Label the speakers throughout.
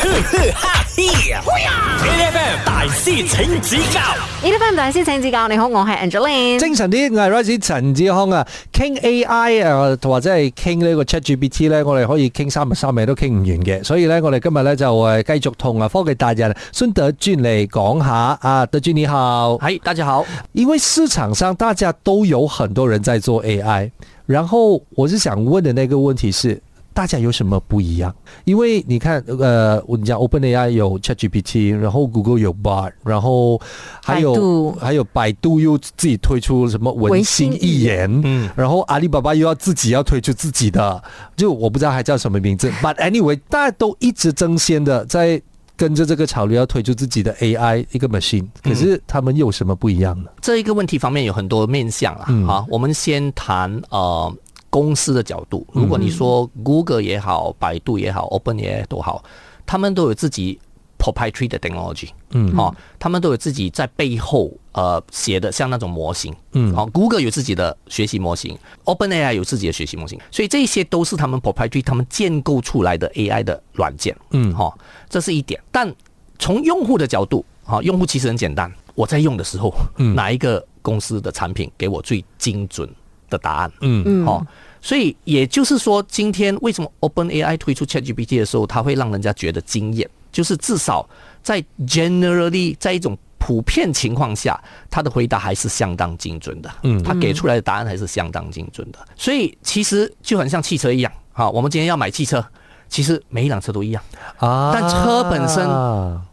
Speaker 1: 呵呵哈嘿，A F M 大師請指教
Speaker 2: 呢班大師請指教，你好，我係 Angeline。
Speaker 3: 精神啲，我係 Rice 陳志康啊，傾 AI 啊，或者係傾呢個 ChatGPT 咧，我哋可以傾三日三夜都傾唔完嘅，所以咧，我哋今日咧就誒繼續同啊科技達人孫德俊嚟講下啊，德俊你好，
Speaker 4: 嗨，哎大家好。
Speaker 3: 因為市場上大家都有很多人在做 AI，然後我是想問的那個問題是。大家有什么不一样？因为你看，呃，我你讲 OpenAI 有 ChatGPT，然后 Google 有 Bard，然后还
Speaker 2: 百
Speaker 3: 有
Speaker 2: 度
Speaker 3: 还有百度又自己推出什么文心一言，
Speaker 4: 嗯
Speaker 3: 然后阿里巴巴又要自己要推出自己的，就我不知道还叫什么名字。But anyway，大家都一直争先的在跟着这个潮流要推出自己的 AI 一个 machine，可是他们有什么不一样呢？
Speaker 4: 这一个问题方面有很多面向啦，
Speaker 3: 嗯
Speaker 4: 啊，我们先谈呃公司的角度。如果你说 Google 也好，百度也好，Open 也都好，他们都有自己 proprietary 的 technology，
Speaker 3: 嗯
Speaker 4: 哦，他们都有自己在背后呃写的像那种模型，
Speaker 3: 嗯
Speaker 4: 哦，Google 有自己的学习模型，OpenAI 有自己的学习模型，所以这些都是他们 proprietary 他们建构出来的 AI 的软件，
Speaker 3: 嗯
Speaker 4: 哦，这是一点。但从用户的角度，啊、用户其实很简单，我在用的时候，
Speaker 3: 嗯
Speaker 4: 哪一个公司的产品给我最精准的答案？
Speaker 3: 嗯
Speaker 2: 嗯，
Speaker 4: 哦，所以也就是说，今天为什么 OpenAI 推出 ChatGPT 的时候，它会让人家觉得惊艳？就是至少在 generally 在一种普遍情况下，它的回答还是相当精准的。
Speaker 3: 嗯
Speaker 4: 它给出来的答案还是相当精准的。所以其实就很像汽车一样，哈，我们今天要买汽车，其实每一辆车都一样。
Speaker 3: 啊
Speaker 4: 但车本身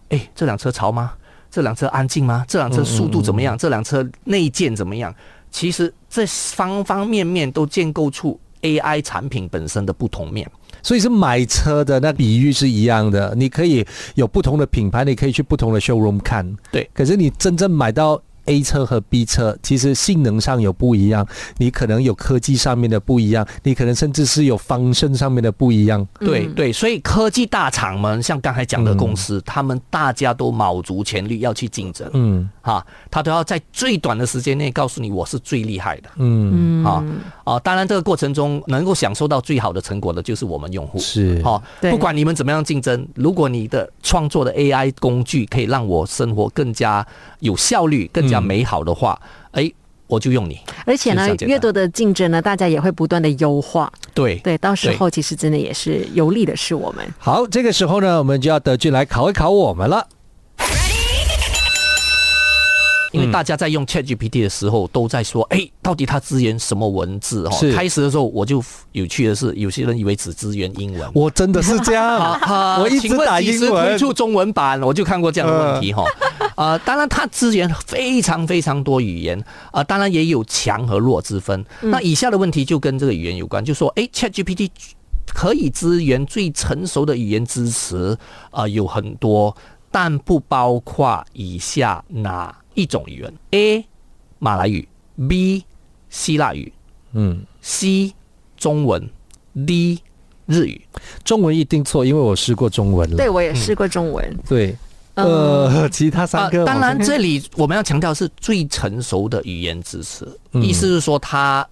Speaker 4: 哎，这辆车潮吗？这辆车安静吗？这辆车速度怎么样？这辆车内建怎么样？其实这方方面面都建构出 AI 产品本身的不同面。
Speaker 3: 所以是买车的那比喻是一样的，你可以有不同的品牌，你可以去不同的 showroom 看。
Speaker 4: 对
Speaker 3: 可是你真正买到 A 车和 B 车，其实性能上有不一样，你可能有科技上面的不一样，你可能甚至是有方身上面的不一样。
Speaker 4: 对对，所以科技大厂们，像刚才讲的公司，他们大家都卯足全力要去竞争，
Speaker 3: 嗯
Speaker 4: 哈，他都要在最短的时间内告诉你我是最厉害的。
Speaker 3: 嗯，
Speaker 2: 嗯
Speaker 4: 啊啊，当然这个过程中能够享受到最好的成果的就是我们用户。
Speaker 3: 是
Speaker 4: 好、
Speaker 2: 对
Speaker 4: 不管你们怎么样竞争，如果你的创作的 AI 工具可以让我生活更加有效率、更加美好的话，哎、我就用你。
Speaker 2: 而且呢
Speaker 4: 是这样，简单
Speaker 2: 越多的竞争呢，大家也会不断的优化。
Speaker 4: 对
Speaker 2: 对，到时候其实真的也是有利的是我们。
Speaker 3: 好，这个时候呢，我们就要德俊来考一考我们了。
Speaker 4: 因为大家在用 ChatGPT 的时候都在说，哎、到底它支援什么文字？哦
Speaker 3: 是，
Speaker 4: 开始的时候我就有趣的是，有些人以为只支援英文。
Speaker 3: 我真的是这样，
Speaker 4: 啊
Speaker 3: 我一直
Speaker 4: 请问
Speaker 3: 打
Speaker 4: 几
Speaker 3: 英
Speaker 4: 时推
Speaker 3: 文。嗯
Speaker 4: 出中文版，我就看过这样的问 题哈。啊、当然它资源非常非常多语言啊、当然也有强和弱之分。
Speaker 3: 嗯
Speaker 4: 那以下的问题就跟这个语言有关，就说哎，ChatGPT 可以支援最成熟的语言支持啊、有很多，但不包括以下哪一种语言？A. 马来语，B. 希腊语
Speaker 3: 嗯，
Speaker 4: ，C. 中文，D. 日语。
Speaker 3: 中文一定错，因为我试过中文了。
Speaker 2: 对我也试过中文，
Speaker 3: 对，
Speaker 2: 嗯
Speaker 3: 呃，其他三个
Speaker 4: 呃、
Speaker 3: 我
Speaker 4: 当
Speaker 3: 真的
Speaker 4: 然，这里我们要强调是最成熟的语言支持，
Speaker 3: 嗯
Speaker 4: 意思是说它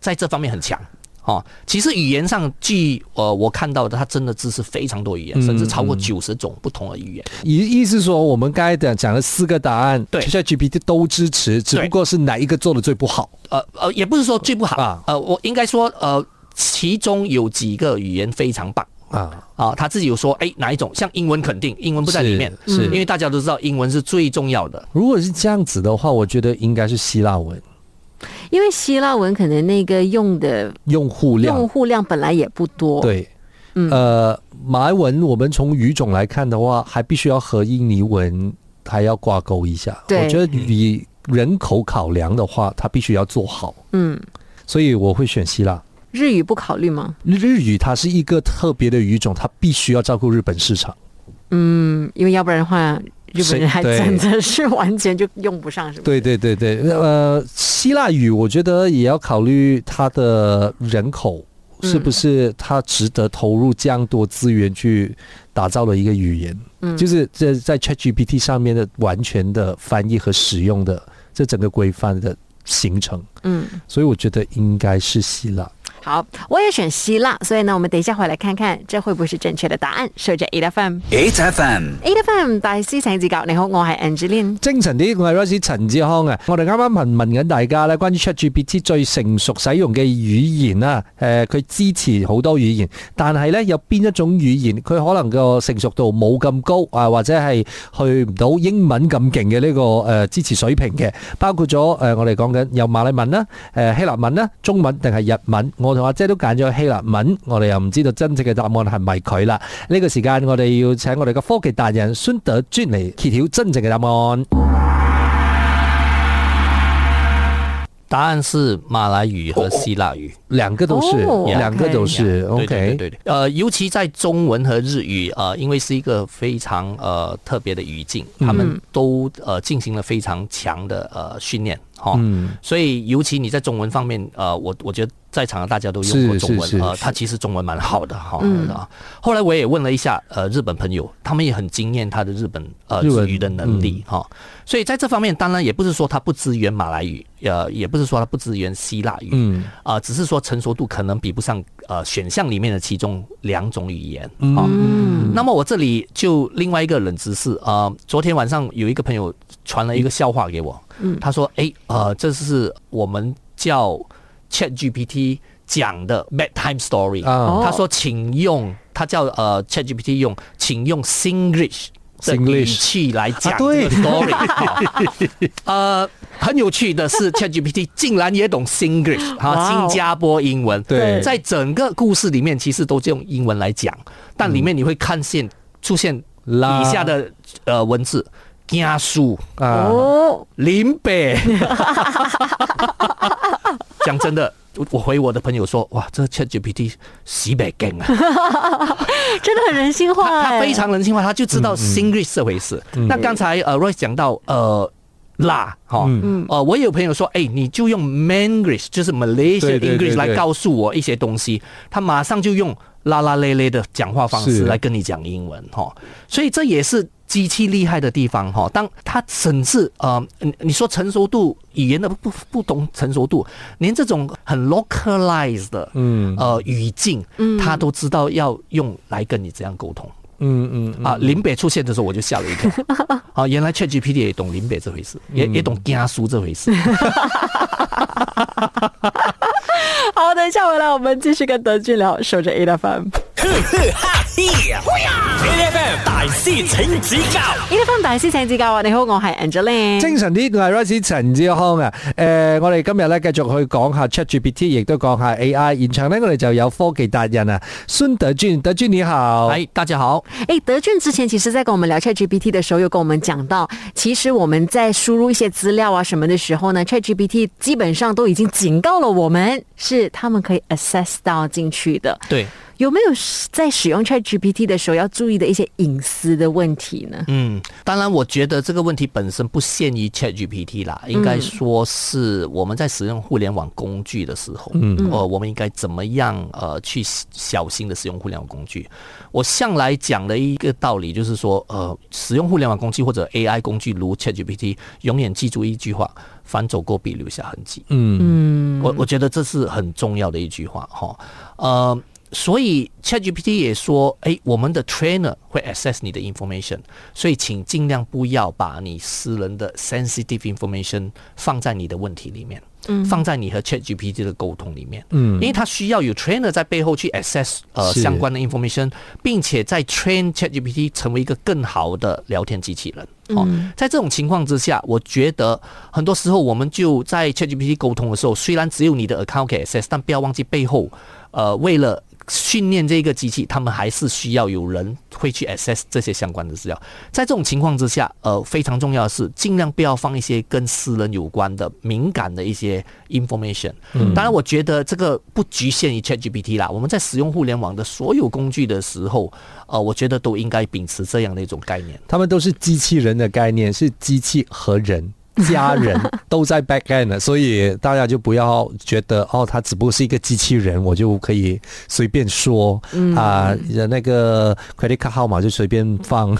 Speaker 4: 在这方面很强。哦，其实语言上，据呃我看到的，它真的支持非常多语言，
Speaker 3: 嗯
Speaker 4: 甚至超过九十种不同的语言。
Speaker 3: 意意思说，我们刚才讲讲了四个答案，
Speaker 4: 对
Speaker 3: c h a t GPT 都支持，只不过是哪一个做的最不好？
Speaker 4: 呃呃，也不是说最不好，
Speaker 3: 啊
Speaker 4: 呃，我应该说呃，其中有几个语言非常棒。
Speaker 3: 啊，
Speaker 4: 啊，他自己有说，哎，哪一种？像英文肯定，英文不在里面，
Speaker 3: 是是
Speaker 4: 因为大家都知道英文是最重要的。
Speaker 3: 如果是这样子的话，我觉得应该是希腊文
Speaker 2: 因为希腊文可能那个用的
Speaker 3: 用户量
Speaker 2: 用户量本来也不多。，
Speaker 3: 对。呃，马来文我们从语种来看的话，还必须要和印尼文还要挂钩一下。
Speaker 2: 对
Speaker 3: 我觉得以人口考量的话，它必须要做好，
Speaker 2: 嗯，
Speaker 3: 所以我会选希腊。
Speaker 2: 日语不考虑吗？
Speaker 3: 日日语它是一个特别的语种，它必须要照顾日本市场。
Speaker 2: 嗯，因为要不然的话，日本
Speaker 3: 谁
Speaker 2: 人还
Speaker 3: 对
Speaker 2: 真的是完全就用不上，是吧？
Speaker 3: 对对对对，呃，希腊语我觉得也要考虑它的人口是不是它值得投入这样多资源去打造的一个语言，
Speaker 2: 嗯
Speaker 3: 就是这在 ChatGPT 上面的完全的翻译和使用的这整个规范的形成，
Speaker 2: 嗯，
Speaker 3: 所以我觉得应该是希腊。
Speaker 2: 好，我也选希腊，所以呢，我们等一下回来看看这会不会是正确的答案。守着 A F M，A
Speaker 5: HFM
Speaker 2: F M 大師請指教，你好，我係 Angeline。
Speaker 3: 精神啲，我係 Rosie 陳志康啊！我哋啱啱問問緊大家咧，關於 ChatGPT 最成熟使用嘅語言啦，誒、佢支持好多語言，但係咧有邊一種語言佢可能個成熟度冇咁高啊，或者係去唔到英文咁勁嘅呢個誒、呃支持水平嘅，包括咗誒、呃我哋講緊有馬來文啦、誒、希臘文啦、中文定係日文，我同阿姐都揀咗希臘文，我哋又唔知道真正嘅答案係咪佢啦。呢、個時間我哋要請我哋嘅科技達人孫德專嚟揭曉真正嘅答案。
Speaker 4: 答案是马来语和希腊语。
Speaker 3: 两个都是，
Speaker 2: 哦
Speaker 3: 两个都
Speaker 4: 对
Speaker 3: 是。
Speaker 4: 对
Speaker 3: OK，
Speaker 4: 对对，呃，尤其在中文和日语，呃，因为是一个非常呃特别的语境，他们都呃进行了非常强的呃训练，哈、
Speaker 3: 嗯，
Speaker 4: 所以尤其你在中文方面，呃，我我觉得在场的大家都用过
Speaker 3: 是
Speaker 4: 中文
Speaker 3: 是是
Speaker 4: 呃，
Speaker 3: 是
Speaker 4: 他其实中文蛮好的哈、啊后来我也问了一下呃日本朋友，他们也很惊艳他的日本嗯呃
Speaker 3: 日文
Speaker 4: 语的能力哈、所以在这方面，当然也不是说他不支援马来语，呃，也不是说他不支援希腊语，
Speaker 3: 嗯，
Speaker 4: 啊、只是说成熟度可能比不上呃选项里面的其中两种语言啊。那么我这里就另外一个冷知识啊、呃昨天晚上有一个朋友传了一个笑话给我，他说：“哎，呃，这是我们叫 Chat GPT 讲的 bedtime story。
Speaker 3: 啊
Speaker 4: 他说：“请用，他叫呃 Chat GPT 用，请用 Singlish。”的语
Speaker 3: Singlish
Speaker 4: 气来讲
Speaker 3: 啊
Speaker 4: 这
Speaker 3: 对
Speaker 4: 个 story，、呃，很有趣的是 ChatGPT 竟然也懂 Singlish 哈、
Speaker 2: 哇哦
Speaker 4: 新加坡英文。
Speaker 3: 对
Speaker 4: 在整个故事里面，其实都是用英文来讲，但里面你会看现出现
Speaker 3: 啦
Speaker 4: 以下的呃文字：家书、
Speaker 3: 啊，
Speaker 2: 哦，
Speaker 4: 林北。讲真的。我我回我的朋友说，哇，这 ChatGPT 西北梗啊，
Speaker 2: 真的很人性化
Speaker 4: 他
Speaker 2: 哎，
Speaker 4: 非常人性化，他就知
Speaker 3: 嗯
Speaker 4: 道 Singlish 这回事。那刚才呃 Royce 讲到呃辣哈，
Speaker 3: 嗯
Speaker 2: 嗯
Speaker 4: 呃我也有朋友说，哎，你就用 Manglish，就是 Malaysia
Speaker 3: 对对对
Speaker 4: English 来
Speaker 3: 对
Speaker 4: 告诉我一些东西，他马上就用啦啦咧咧的讲话方
Speaker 3: 是
Speaker 4: 式来跟你讲英文哈，所以这也是。机器厉害的地方哈，当他甚至呃，你你说成熟度语言的不不不同成熟度，连这种很 localized 的
Speaker 3: 嗯
Speaker 4: 呃语境，他都知道要用来跟你这样沟通。
Speaker 3: 嗯嗯嗯，
Speaker 4: 啊，林北出现的时候我就吓了一跳。啊，原来 ChatGPT 也懂林北这回事，也
Speaker 3: 嗯
Speaker 4: 也懂家书这回事。
Speaker 2: 好，等一下回来我们继续跟德俊聊，守着 A F M。
Speaker 1: 哈嘿，A F M 大师请指教
Speaker 2: 呢一分大師請指教啊！你好，我係 Angeline。
Speaker 3: 精神啲，我係 Rosie 陳志康啊。诶、我哋今日咧繼續去講下 ChatGPT，亦都講下 AI。現場咧，我哋就有科技達人啊，孫德俊，德俊你好。
Speaker 4: 哎，大家好，
Speaker 2: 哎，德俊之前其實在跟我們聊 ChatGPT 的時候，有跟我們講到，其實我們在輸入一些資料啊什麼的時候呢，ChatGPT 基本上都已經警告了我們，是他們可以 access 到進去的。
Speaker 4: 对，
Speaker 2: 有没有在使用 ChatGPT 的时候要注意的一些隐私的问题呢？
Speaker 4: 嗯，当然，我觉得这个问题本身不限于 ChatGPT 啦，应该说是我们在使用互联网工具的时候，嗯，呃，我们应该怎么样呃去小心的使用互联网工具？我向来讲的一个道理就是说，呃，使用互联网工具或者 AI 工具如 ChatGPT，永远记住一句话：凡走过必留下痕迹。
Speaker 3: 嗯
Speaker 4: 我我觉得这是很重要的一句话哈、呃，所以 ChatGPT 也说，哎，我们的 trainer 会 access 你的 information，所以请尽量不要把你私人的 sensitive information 放在你的问题里面，嗯，放在你和 ChatGPT 的沟通里面，嗯，因为它需要有 trainer 在背后去 access 呃
Speaker 3: 是
Speaker 4: 相关的 information，并且在 train ChatGPT 成为一个更好的聊天机器人。哦，在这种情况之下，我觉得很多时候我们就在 ChatGPT 沟通的时候，虽然只有你的 account 给 access，但不要忘记背后，呃，为了训练这个机器，他们还是需要有人会去 access 这些相关的资料。在这种情况之下，呃，非常重要的是，尽量不要放一些跟私人有关的敏感的一些 information。当然，我觉得这个不局限于 ChatGPT 啦，我们在使用互联网的所有工具的时候，呃，我觉得都应该秉持这样的一种概念。
Speaker 3: 他们都是机器人的概念，是机器和人。家人都在 back end 了，所以大家就不要觉得哦，他只不过是一个机器人，我就可以随便说啊、那个 credit card 号码就随便放，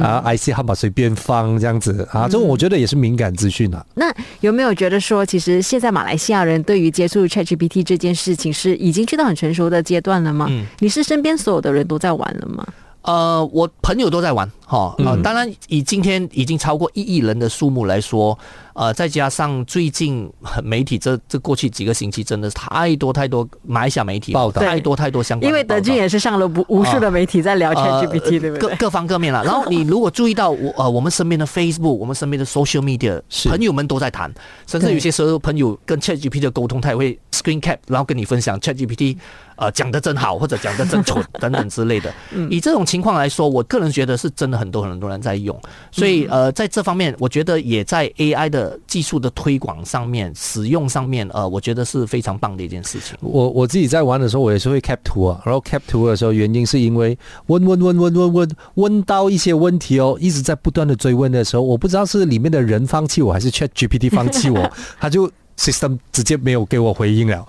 Speaker 3: 啊 IC 号码随便放这样子啊，这种我觉得也是敏感资讯啊。
Speaker 2: 那有没有觉得说，其实现在马来西亚人对于接触 ChatGPT 这件事情是已经去到很成熟的阶段了吗？
Speaker 3: 嗯
Speaker 2: 你是身边所有的人都在玩了吗？
Speaker 4: 呃，我朋友都在玩哈，
Speaker 3: 嗯
Speaker 4: 呃，当然以今天已经超过一亿人的数目来说，呃，再加上最近呃媒体这这过去几个星期真的是太多太多马来西亚媒体
Speaker 3: 报道
Speaker 4: 太多太多相关
Speaker 2: 因
Speaker 4: 的
Speaker 2: 为
Speaker 4: 报道，
Speaker 2: 德军也是上了
Speaker 3: 啊
Speaker 2: 无无数的媒体在
Speaker 3: 呃
Speaker 2: 聊 ChatGPT，、对不
Speaker 4: 呃各
Speaker 2: 对？
Speaker 4: 各方各面了。 然后你如果注意到我呃，我们身边的 Facebook，我们身边的 social media，
Speaker 3: 是
Speaker 4: 朋友们都在谈，甚至有些时候朋友跟 ChatGPT 的沟通，他也会 screen cap，然后跟你分享 ChatGPT，呃，讲的真好或者讲的真 丑等等之类的。
Speaker 2: 嗯
Speaker 4: 以这种情况来说，我个人觉得是真的很多很多人在用，所以
Speaker 2: 嗯
Speaker 4: 呃，在这方面，我觉得也在 AI 的技术的推广上面、使用上面，呃，我觉得是非常棒的一件事情。
Speaker 3: 我我自己在玩的时候，我也是会 cap 图啊，然后 cap 图的时候，原因是因为问问问问问问问到一些问题哦，一直在不断的追问的时候，我不知道是里面的人放弃我，还是 Chat GPT 放弃我，他就 system 直接没有给我回应了啊，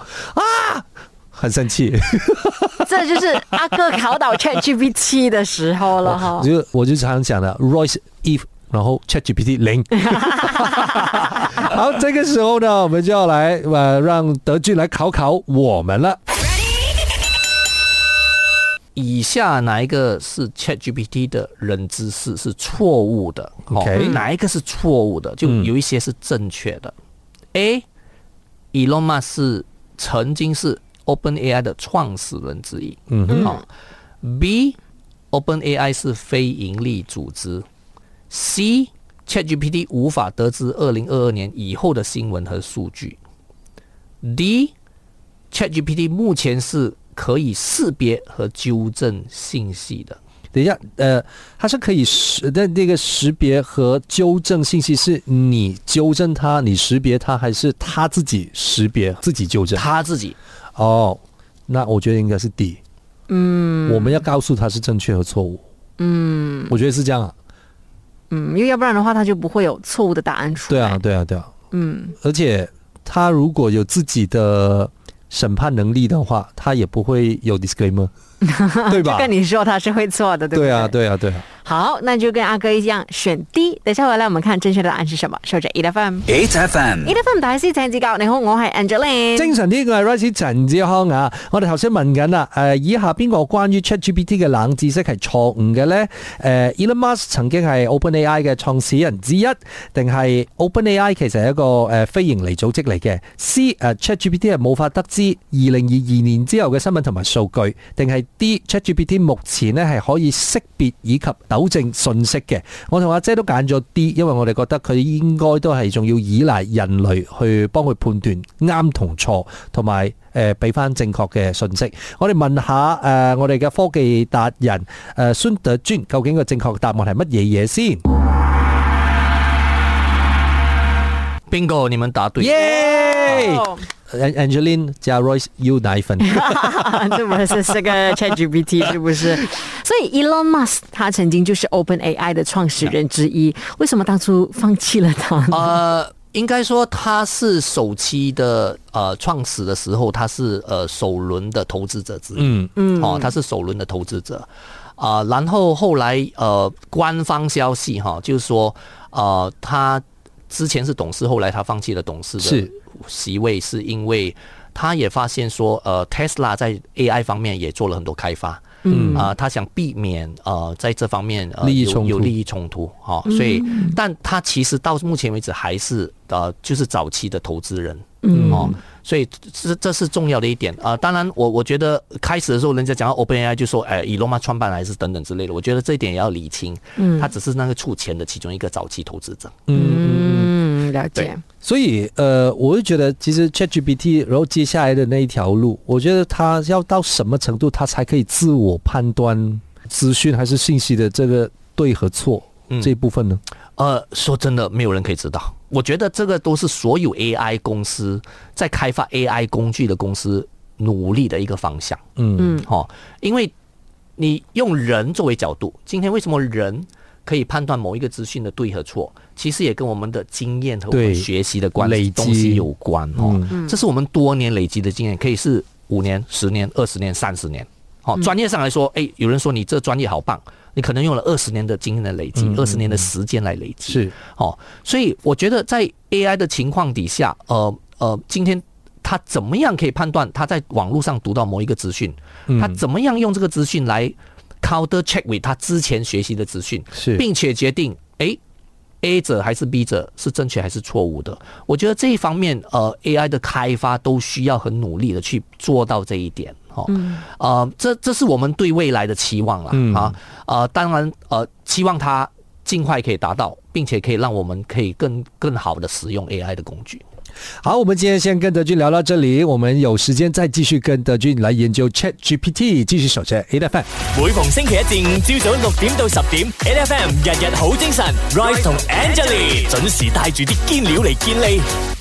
Speaker 3: 很生气。
Speaker 2: 这就是阿哥考倒 ChatGPT 的时候 了哈
Speaker 3: 我。就我就常常讲的 Royce if，然后 ChatGPT 零。好，这个时候呢，我们就要来呃让德俊来考考我们了。
Speaker 4: 以下哪一个是 ChatGPT 的冷知识是错误的哦
Speaker 3: OK 嗯
Speaker 4: 哪一个是错误的？就有一些是正确的。A. Elon Musk 是曾经是 OpenAI 的创始人之一。
Speaker 3: 嗯哼，
Speaker 4: 好、B. OpenAI 是非盈利组织。C. ChatGPT 无法得知2022年以后的新闻和数据。D. ChatGPT 目前是可以识别和纠正信息的。
Speaker 3: 等一下，呃，它是可以识的那个识别和纠正信息，是你纠正它，你识别它，还是它自己识别自己纠正？
Speaker 4: 他自己
Speaker 3: 哦，那我觉得应该是 D。嗯，我们要告诉他是正确和错误。嗯，我觉得是这样啊。
Speaker 2: 嗯，因为要不然的话，他就不会有错误的答案出
Speaker 3: 对
Speaker 2: 来。
Speaker 3: 啊，对啊，对啊。嗯，而且他如果有自己的审判能力的话，他也不会有 disclaimer，对吧
Speaker 2: 就？跟你说他是会错的，对不
Speaker 3: 对
Speaker 2: 对
Speaker 3: 啊，。对啊，对啊。
Speaker 2: 好，那就跟阿哥一样选 D。等一下回来我们看正确的答案是什么。收着 E F M。
Speaker 1: ，H F M
Speaker 2: E。F M 大師請指教，你好，我係 Angeline。
Speaker 3: 精神呢個係 Rice 陳志康啊！我哋頭先問緊啦，誒、以下邊個關於 ChatGPT 嘅冷知識係錯誤嘅呢？誒、Elon Musk 曾經係 OpenAI 嘅創始人之一，定係 OpenAI 其實係一個誒、非盈利組織嚟嘅？C 誒、ChatGPT 係冇法得知二零二二年之後嘅新聞同埋數據，定係 D ChatGPT 目前呢係可以識別以及糾正信息嘅？我同阿姐都揀咗 D，因為我哋覺得佢應該都係仲要依賴人類去幫佢判斷啱同錯，同埋誒俾翻正確嘅信息。我哋問下誒、呃我哋嘅科技達人誒、呃、孫德尊，究竟個正確答案係乜嘢嘢先？
Speaker 4: bingo，你们答对。
Speaker 3: 耶、
Speaker 2: 哦
Speaker 3: a n g e l i n e 加 Royce U 奶粉，
Speaker 2: 这不是这个 ChatGPT 是不是？所以 Elon Musk 他曾经就是 OpenAI 的创始人之一，为什么当初放弃了他呢？
Speaker 4: 呃，应该说他是首期的呃创始的时候，他是呃首轮的投资者之一。
Speaker 3: 嗯
Speaker 4: 嗯，哦，他是首轮的投资者。啊、然后后来呃，官方消息哈、就是说呃，他之前是董事，后来他放弃了董事的
Speaker 3: 是
Speaker 4: 席位，是因为他也发现说，呃，Tesla 在 AI 方面也做了很多开发，嗯啊、他想避免呃在这方面呃
Speaker 3: 利益
Speaker 4: 有
Speaker 3: 冲
Speaker 4: 有
Speaker 3: 突
Speaker 4: 利利益冲突，哈、所以，但他其实到目前为止还是呃，就是早期的投资人，嗯，哦，所以这这是重要的一点啊、呃当然我，我觉得开始的时候，人家讲到 OpenAI 就说，哎，以罗马创办人还是等等之类的，我觉得这一点也要理清，嗯，他只是那个出钱的其中一个早期投资者，
Speaker 2: 嗯，了解。
Speaker 3: 所以，呃，我就觉得其实 ChatGPT，然后接下来的那一条路，我觉得它要到什么程度，它才可以自我判断资讯还是信息的这个对和错、
Speaker 4: 嗯
Speaker 3: 这一部分呢？
Speaker 4: 呃，说真的，没有人可以知道。我觉得这个都是所有 AI 公司在开发 AI 工具的公司努力的一个方向。
Speaker 3: 嗯
Speaker 4: 哦，因为你用人作为角度，今天为什么人可以判断某一个资讯的对和错，其实也跟我们的经验和我
Speaker 3: 对
Speaker 4: 们学习的关
Speaker 3: 累积
Speaker 4: 东西有关哦
Speaker 3: 嗯。
Speaker 4: 这是我们多年累积的经验，可以是五年、十年、二十年、三十年。
Speaker 3: 嗯
Speaker 4: 好、专业上来说，诶，有人说你这专业好棒，你可能用了二十年的经验来累积，二十、年的时间来累积。
Speaker 3: 嗯是
Speaker 4: 哦，所以我觉得在 AI 的情况底下，呃呃，今天他怎么样可以判断他在网络上读到某一个资讯？
Speaker 3: 嗯
Speaker 4: 他怎么样用这个资讯来 counter check with 他之前学习的资讯，
Speaker 3: 是
Speaker 4: 并且决定诶 A 者还是 B 者是正确还是错误的？我觉得这一方面，呃，AI 的开发都需要很努力的去做到这一点。哦，呃，这这是我们对未来的期望啦。啊，呃，当然，呃，期望它尽快可以达到，并且可以让我们可以更更好的使用 AI 的工具。
Speaker 3: 好，我们今天先跟德军聊到这里，我们有时间再继续跟德军来研究 Chat GPT，继续守着 A F M。
Speaker 1: 每逢星期一至五朝早六點到十點，N F M 日日好精神，Rise 同 Angelie 準時帶住啲堅料嚟健利。